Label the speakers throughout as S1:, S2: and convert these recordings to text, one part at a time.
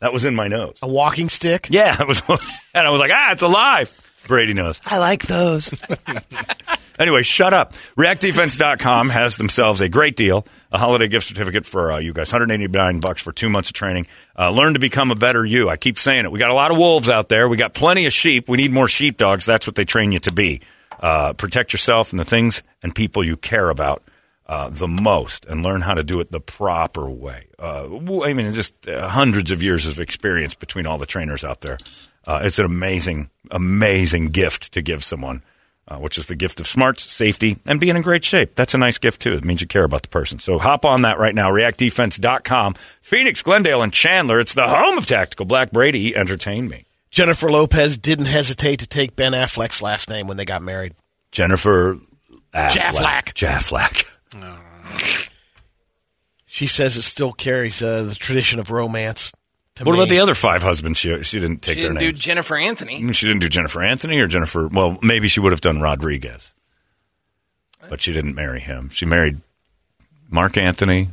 S1: That was in my nose.
S2: A walking stick.
S1: Yeah, it was, and I was like, ah, it's alive. Brady knows.
S2: I like those.
S1: Anyway, shut up. ReactDefense.com has themselves a great deal, a holiday gift certificate for uh, you guys, 189 bucks for two months of training. Uh, learn to become a better you. I keep saying it. We got a lot of wolves out there. We got plenty of sheep. We need more sheepdogs. That's what they train you to be. Uh, protect yourself and the things and people you care about uh, the most, and learn how to do it the proper way. Uh, w- I mean, just uh, hundreds of years of experience between all the trainers out there. Uh, it's an amazing, amazing gift to give someone uh, which is the gift of smarts, safety, and being in great shape. That's a nice gift, too. It means you care about the person. So hop on that right now. ReactDefense.com. Phoenix, Glendale, and Chandler. It's the home of Tactical Black Brady. Entertain me.
S2: Jennifer Lopez didn't hesitate to take Ben Affleck's last name when they got married.
S1: Jennifer
S2: Jaflack.
S1: Jaflack.
S2: She says it still carries uh, the tradition of romance. To
S1: What
S2: me.
S1: about the other five husbands? She, she didn't take
S3: She
S1: their
S3: didn't do
S1: names.
S3: Jennifer Anthony.
S1: she didn't do Jennifer Anthony or Jennifer. Well, maybe she would have done Rodriguez, but she didn't marry him. She married Mark Anthony.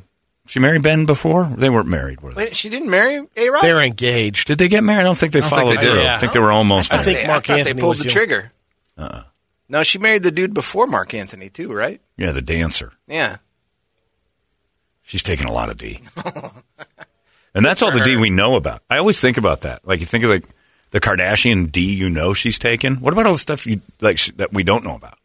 S1: She married Ben before they weren't married. Were they?
S3: Wait, she didn't marry A Rod?
S2: They're engaged.
S1: Did they get married? I don't think they
S4: don't think
S1: followed
S4: they did.
S1: through. I
S4: Yeah.
S1: think they were almost.
S2: I
S1: married.
S2: think Mark
S3: thought
S2: Anthony
S3: they pulled
S2: was
S3: the
S2: the-
S3: trigger.
S1: Uh-uh.
S3: No, she married the dude before Mark Anthony, too, right?
S1: Yeah, the dancer.
S3: Yeah.
S1: She's taking a lot of D. and that's all the D we know about. I always think about that. Like you think of like the Kardashian D you know she's taken. What about all the stuff you like sh- that we don't know about?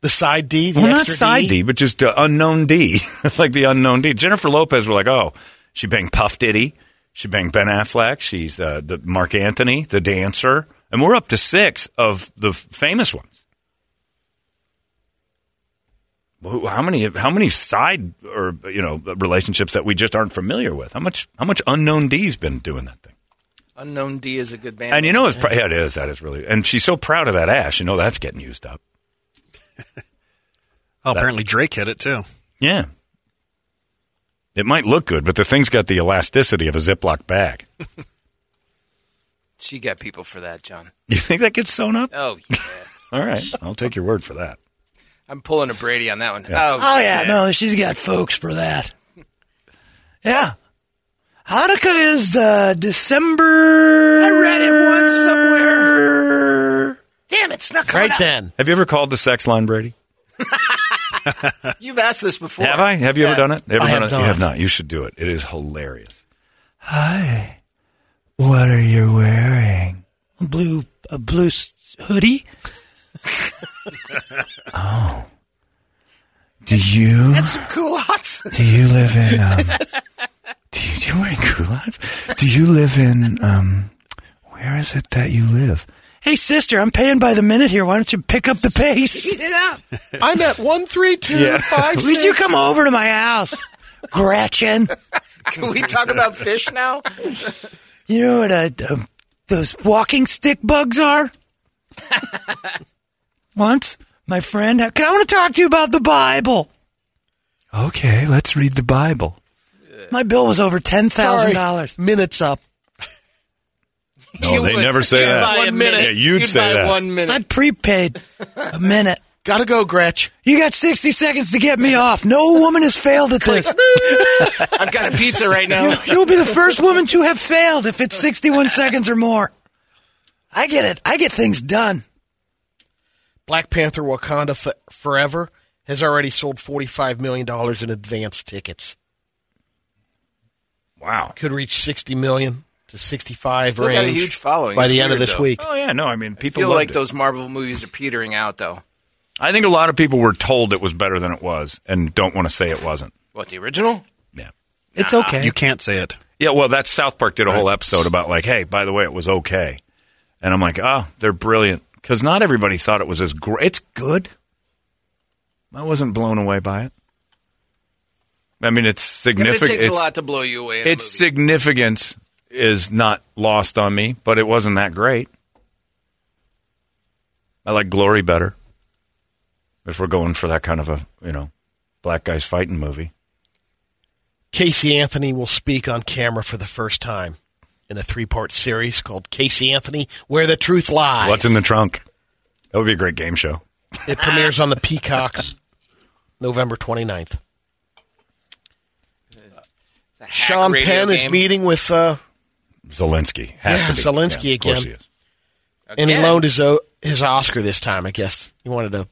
S2: The side D. The
S1: well, not
S2: extra
S1: side D, but just uh, unknown D, like the unknown D. Jennifer Lopez, we're like, oh, she banged Puff Diddy, she banged Ben Affleck, she's uh, the Mark Anthony, the dancer, and we're up to six of the f- famous ones. Who- How many? How many side or you know relationships that we just aren't familiar with? How much? How much unknown D's been doing that thing?
S3: Unknown D is a good band.
S1: And you know, it's pr- yeah, it is. That is really, and she's so proud of that ass. You know, that's getting used up.
S4: Oh, apparently Drake hit it too.
S1: Yeah. It might look good, but the thing's got the elasticity of a Ziploc bag.
S3: She got people for that, John.
S1: You think that gets sewn up?
S3: Oh, yeah.
S1: All right. I'll take your word for that.
S3: I'm pulling a Brady on that one.
S1: Yeah.
S3: Oh, oh yeah.
S5: No, she's got folks for that. Yeah. Hanukkah is uh, December. I read it once somewhere. Damn it, it's not coming
S2: Right
S5: up.
S2: then.
S1: Have you ever called the sex line, Brady?
S3: You've asked this before.
S1: Have I? Have you ever done it? Ever
S2: I
S1: done
S2: have
S1: it? You
S2: not.
S1: have not. You should do it. It is hilarious.
S5: Hi. What are you wearing? A blue, a blue s- hoodie. oh. Do you?
S3: Some culottes.
S5: Do you live in? Um, do, you, do you wear culottes? Do you live in? Um, where is it that you live? Hey, sister, I'm paying by the minute here. Why don't you pick up the pace?
S2: I'm at one three two
S1: Yeah.
S2: five
S5: Would
S2: six.
S5: you come over to my house, Gretchen?
S3: Can we talk about fish now?
S5: You know what uh, um, those walking stick bugs are? Once, my friend, I want to talk to you about the Bible. Okay, let's read the Bible. My bill was over ten thousand dollars.
S2: Minutes up.
S1: No,
S3: You
S1: they
S3: would.
S1: never say
S3: You'd
S1: that.
S3: buy a
S2: One minute.
S1: Yeah, you'd say
S2: buy
S1: that.
S2: One minute.
S5: I prepaid a minute.
S2: Gotta go, Gretch.
S5: You got sixty seconds to get me off. No woman has failed at this.
S3: I've got a pizza right now.
S5: You'll be the first woman to have failed if it's sixty-one seconds or more. I get it. I get things done.
S2: Black Panther: Wakanda F- Forever has already sold forty five million dollars in advance tickets.
S1: Wow.
S2: Could reach sixty million to sixty five
S3: Still got a
S2: range
S3: huge following.
S2: by
S3: It's
S2: the end of
S3: weird,
S2: this
S3: though.
S2: week.
S1: Oh yeah, no, I mean people
S3: feel
S1: loved
S3: like
S1: it.
S3: those Marvel movies are petering out, though.
S1: I think a lot of people were told it was better than it was and don't want to say it wasn't.
S3: What, the original?
S1: Yeah.
S5: It's okay.
S4: You can't say it.
S1: Yeah, well, that's South Park did a whole episode about like, hey, by the way, it was okay, and I'm like, oh, they're brilliant because not everybody thought it was as great. It's good. I wasn't blown away by it. I mean, it's
S3: Yeah, but it
S1: significant.
S3: takes a
S1: it's
S3: lot to blow you away. in a
S1: its
S3: movie.
S1: significance is not lost on me, but it wasn't that great. I like Glory better. If we're going for that kind of a you know, black guys fighting movie.
S2: Casey Anthony will speak on camera for the first time in a three part series called Casey Anthony: Where the Truth Lies.
S1: What's in the trunk? That would be a great game show.
S2: It premieres on the Peacock November 29th.
S3: It's a hack
S2: Sean
S3: radio
S2: Penn is
S3: game.
S2: meeting with, uh,
S1: Zelensky has
S2: Yeah,
S1: to be
S2: Zelensky
S1: Yeah, of course he
S2: again.
S1: is.
S2: and he
S3: Again.
S2: loaned his o- his Oscar this time. I guess he wanted to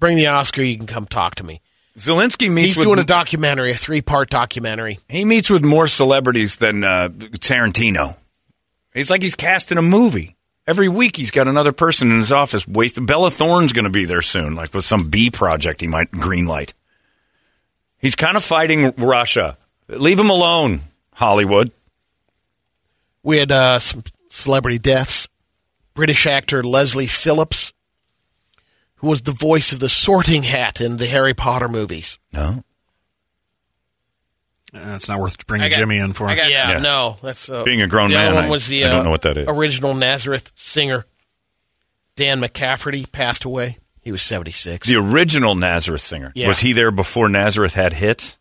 S2: bring the Oscar. You can come talk to me.
S1: Zelensky meets
S2: He's
S1: with
S2: doing a documentary, a three part documentary.
S1: he meets with more celebrities than uh, Tarantino. It's like he's casting a movie. Every week he's got another person in his office. Wasted. Bella Thorne's going to be there soon, like with some bee project he might greenlight. He's kind of fighting Russia. Leave him alone, Hollywood.
S2: We had uh, some celebrity deaths. British actor Leslie Phillips, who was the voice of the Sorting Hat in the Harry Potter movies.
S1: No,
S4: Uh, it's not worth bringing
S3: got-
S4: Jimmy in for.
S3: I got-
S2: Yeah,
S1: Yeah.
S2: no, that's uh,
S1: Being a grown
S2: the other
S1: man,
S2: One
S1: I-
S2: was the,
S1: I don't
S2: uh,
S1: know what that is.
S2: Original Nazareth singer Dan McCafferty passed away. He was seventy six.
S1: the original Nazareth singer
S2: Yeah.
S1: was he there before Nazareth had hits?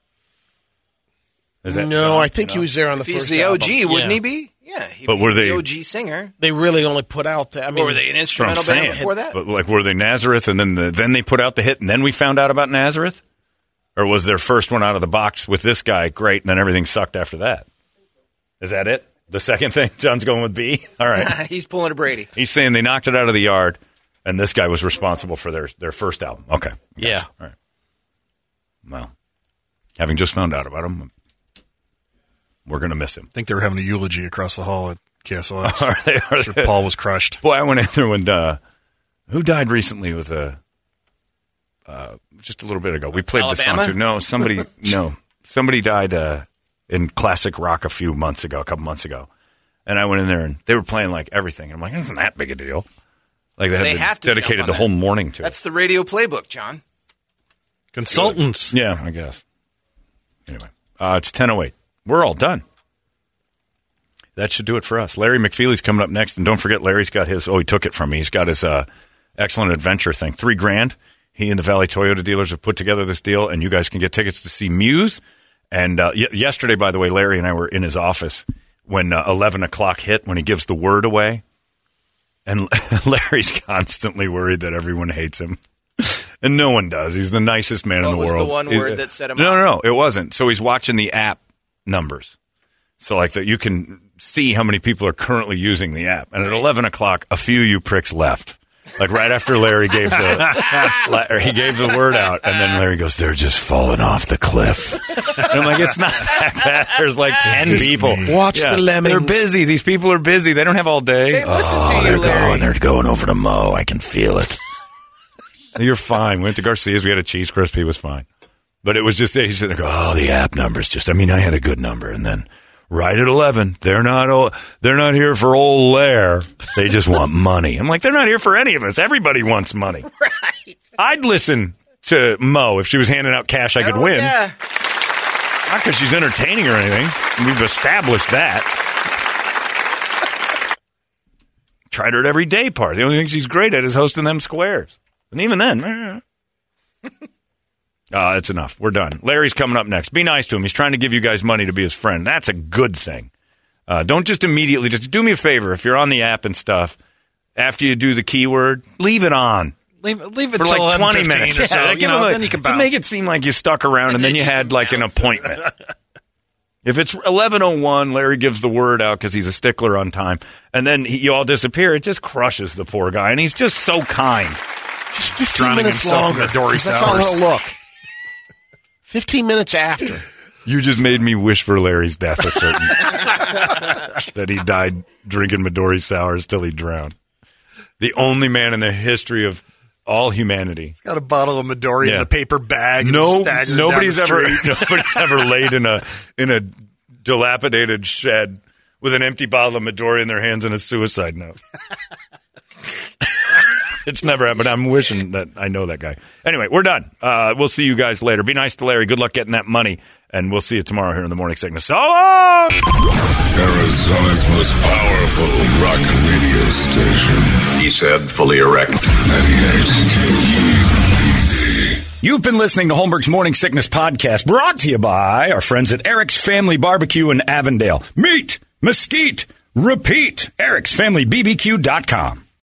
S1: Is that-
S2: No, I think he was there on the
S3: If he's
S2: first.
S3: the
S2: album.
S3: OG, wouldn't
S2: Yeah.
S3: he be? Yeah. he'd
S1: But
S3: be
S1: were they-
S3: the OG singer?
S2: They really only put out. I mean,
S3: Or were they an
S1: That's what
S3: instrumental
S1: I'm
S3: band
S1: saying.
S3: before that?
S1: But like, were they Nazareth, and then the, then they put out the hit, and then we found out about Nazareth, or was their first one out of the box with this guy great, and then everything sucked after that? Is that it? The second thing, John's going with B. All right,
S3: He's pulling a Brady.
S1: he's saying they knocked it out of the yard, and this guy was responsible for their their first album. Okay,
S2: Yeah.
S1: all right. Well, having just found out about him, we're gonna miss him.
S4: I think they were having a eulogy across the hall at Castle
S1: Are they- are
S4: Sure,
S1: they-
S4: Paul was crushed.
S1: Boy, I went in there when uh, who died recently was a uh, just a little bit ago. We played this song
S3: Alabama?
S1: too. No, somebody no somebody died uh, in classic rock a few months ago, a couple months ago, and I went in there and they were playing like everything. And I'm like, isn't that big a deal? Like they, had
S3: They
S1: been
S3: have to jump
S1: dedicated
S3: on
S1: the
S3: that.
S1: whole morning to
S3: That's the radio playbook, John.
S4: Consultants.
S1: it. Yeah, I guess. Anyway, uh, it's ten oh eight. We're all done. That should do it for us. Larry McFeely's coming up next, and don't forget Larry's got his. Oh, he took it from me. He's got his uh, excellent adventure thing. Three grand. He and the Valley Toyota dealers have put together this deal, and you guys can get tickets to see Muse. And uh, y- yesterday, by the way, Larry and I were in his office when uh, 11 o'clock hit when he gives the word away. And Larry's constantly worried that everyone hates him. And no one does. He's the nicest man
S6: What
S1: in the
S6: was the
S1: world.
S6: one
S1: He's-
S6: word that set him
S1: no,
S6: off?
S1: No, no, it wasn't. So he's watching the app numbers. So like that, you can see how many people are currently using the app. And at eleven o'clock, a few you pricks left. Like right after Larry gave the la- or he gave the word out, and then Larry goes, "They're just falling off the cliff." And I'm like, "It's not that bad. There's like ten people.
S2: Watch the lemmings.
S1: They're busy. These people are busy. They don't have all day.
S3: Hey, listen to you, Larry.
S5: they're going over to Mo. I can feel it.
S1: You're fine. We went to Garcia's. We had a cheese crisp. He was fine. But it was just, he's sitting there going, oh, the app number's just, I mean, I had a good number. And then right at 11, they're not, all, they're not here for old Lair. They just want money. I'm like, they're not here for any of us. Everybody wants money. Right. I'd listen to Mo if she was handing out cash I could
S3: Oh,
S1: win.
S3: Yeah.
S1: Not because she's entertaining or anything. We've established that. Tried her at every day party. The only thing she's great at is hosting them squares. And even then, eh. uh, it's enough. We're done. Larry's coming up next. Be nice to him. He's trying to give you guys money to be his friend. That's a good thing. Uh, don't just immediately, just do me a favor. If you're on the app and stuff, after you do the keyword, leave it on
S4: Leave, leave it
S1: for
S4: till
S1: like 20
S4: 11:15
S1: minutes
S4: or so.
S1: Yeah,
S4: you know, then you can
S1: to
S4: bounce.
S1: make it seem like you stuck around and then you had like an appointment. if it's 11:01, Larry gives the word out cuz he's a stickler on time and then he, you all disappear, it just crushes the poor guy and he's just so kind.
S2: Just 15
S4: Drowning
S2: minutes
S4: himself in
S2: longer.
S4: the Dory
S2: 'cause that's
S4: sours.
S2: all it'll look. 15 minutes after.
S1: You just made me wish for Larry's death a certain that he died drinking Midori sours till he drowned. The only man in the history of all humanity
S4: Got a bottle of Midori
S1: Yeah.
S4: in a paper bag. and
S1: No,
S4: staggers down
S1: nobody's
S4: the
S1: ever
S4: street.
S1: nobody's ever laid in a in a dilapidated shed with an empty bottle of Midori in their hands and a suicide note. it's never happened. I'm wishing that I know that guy. Anyway, we're done. Uh, we'll see you guys later. Be nice to Larry. Good luck getting that money, and we'll see you tomorrow here in the morning sickness. So long.
S7: Arizona's most powerful rock radio station. He said, fully erect. 98 KUPD.
S1: You've been listening to Holmberg's Morning Sickness Podcast, brought to you by our friends at Eric's Family Barbecue in Avondale. Meet, mesquite, repeat. Eric'sFamilyBBQ.com.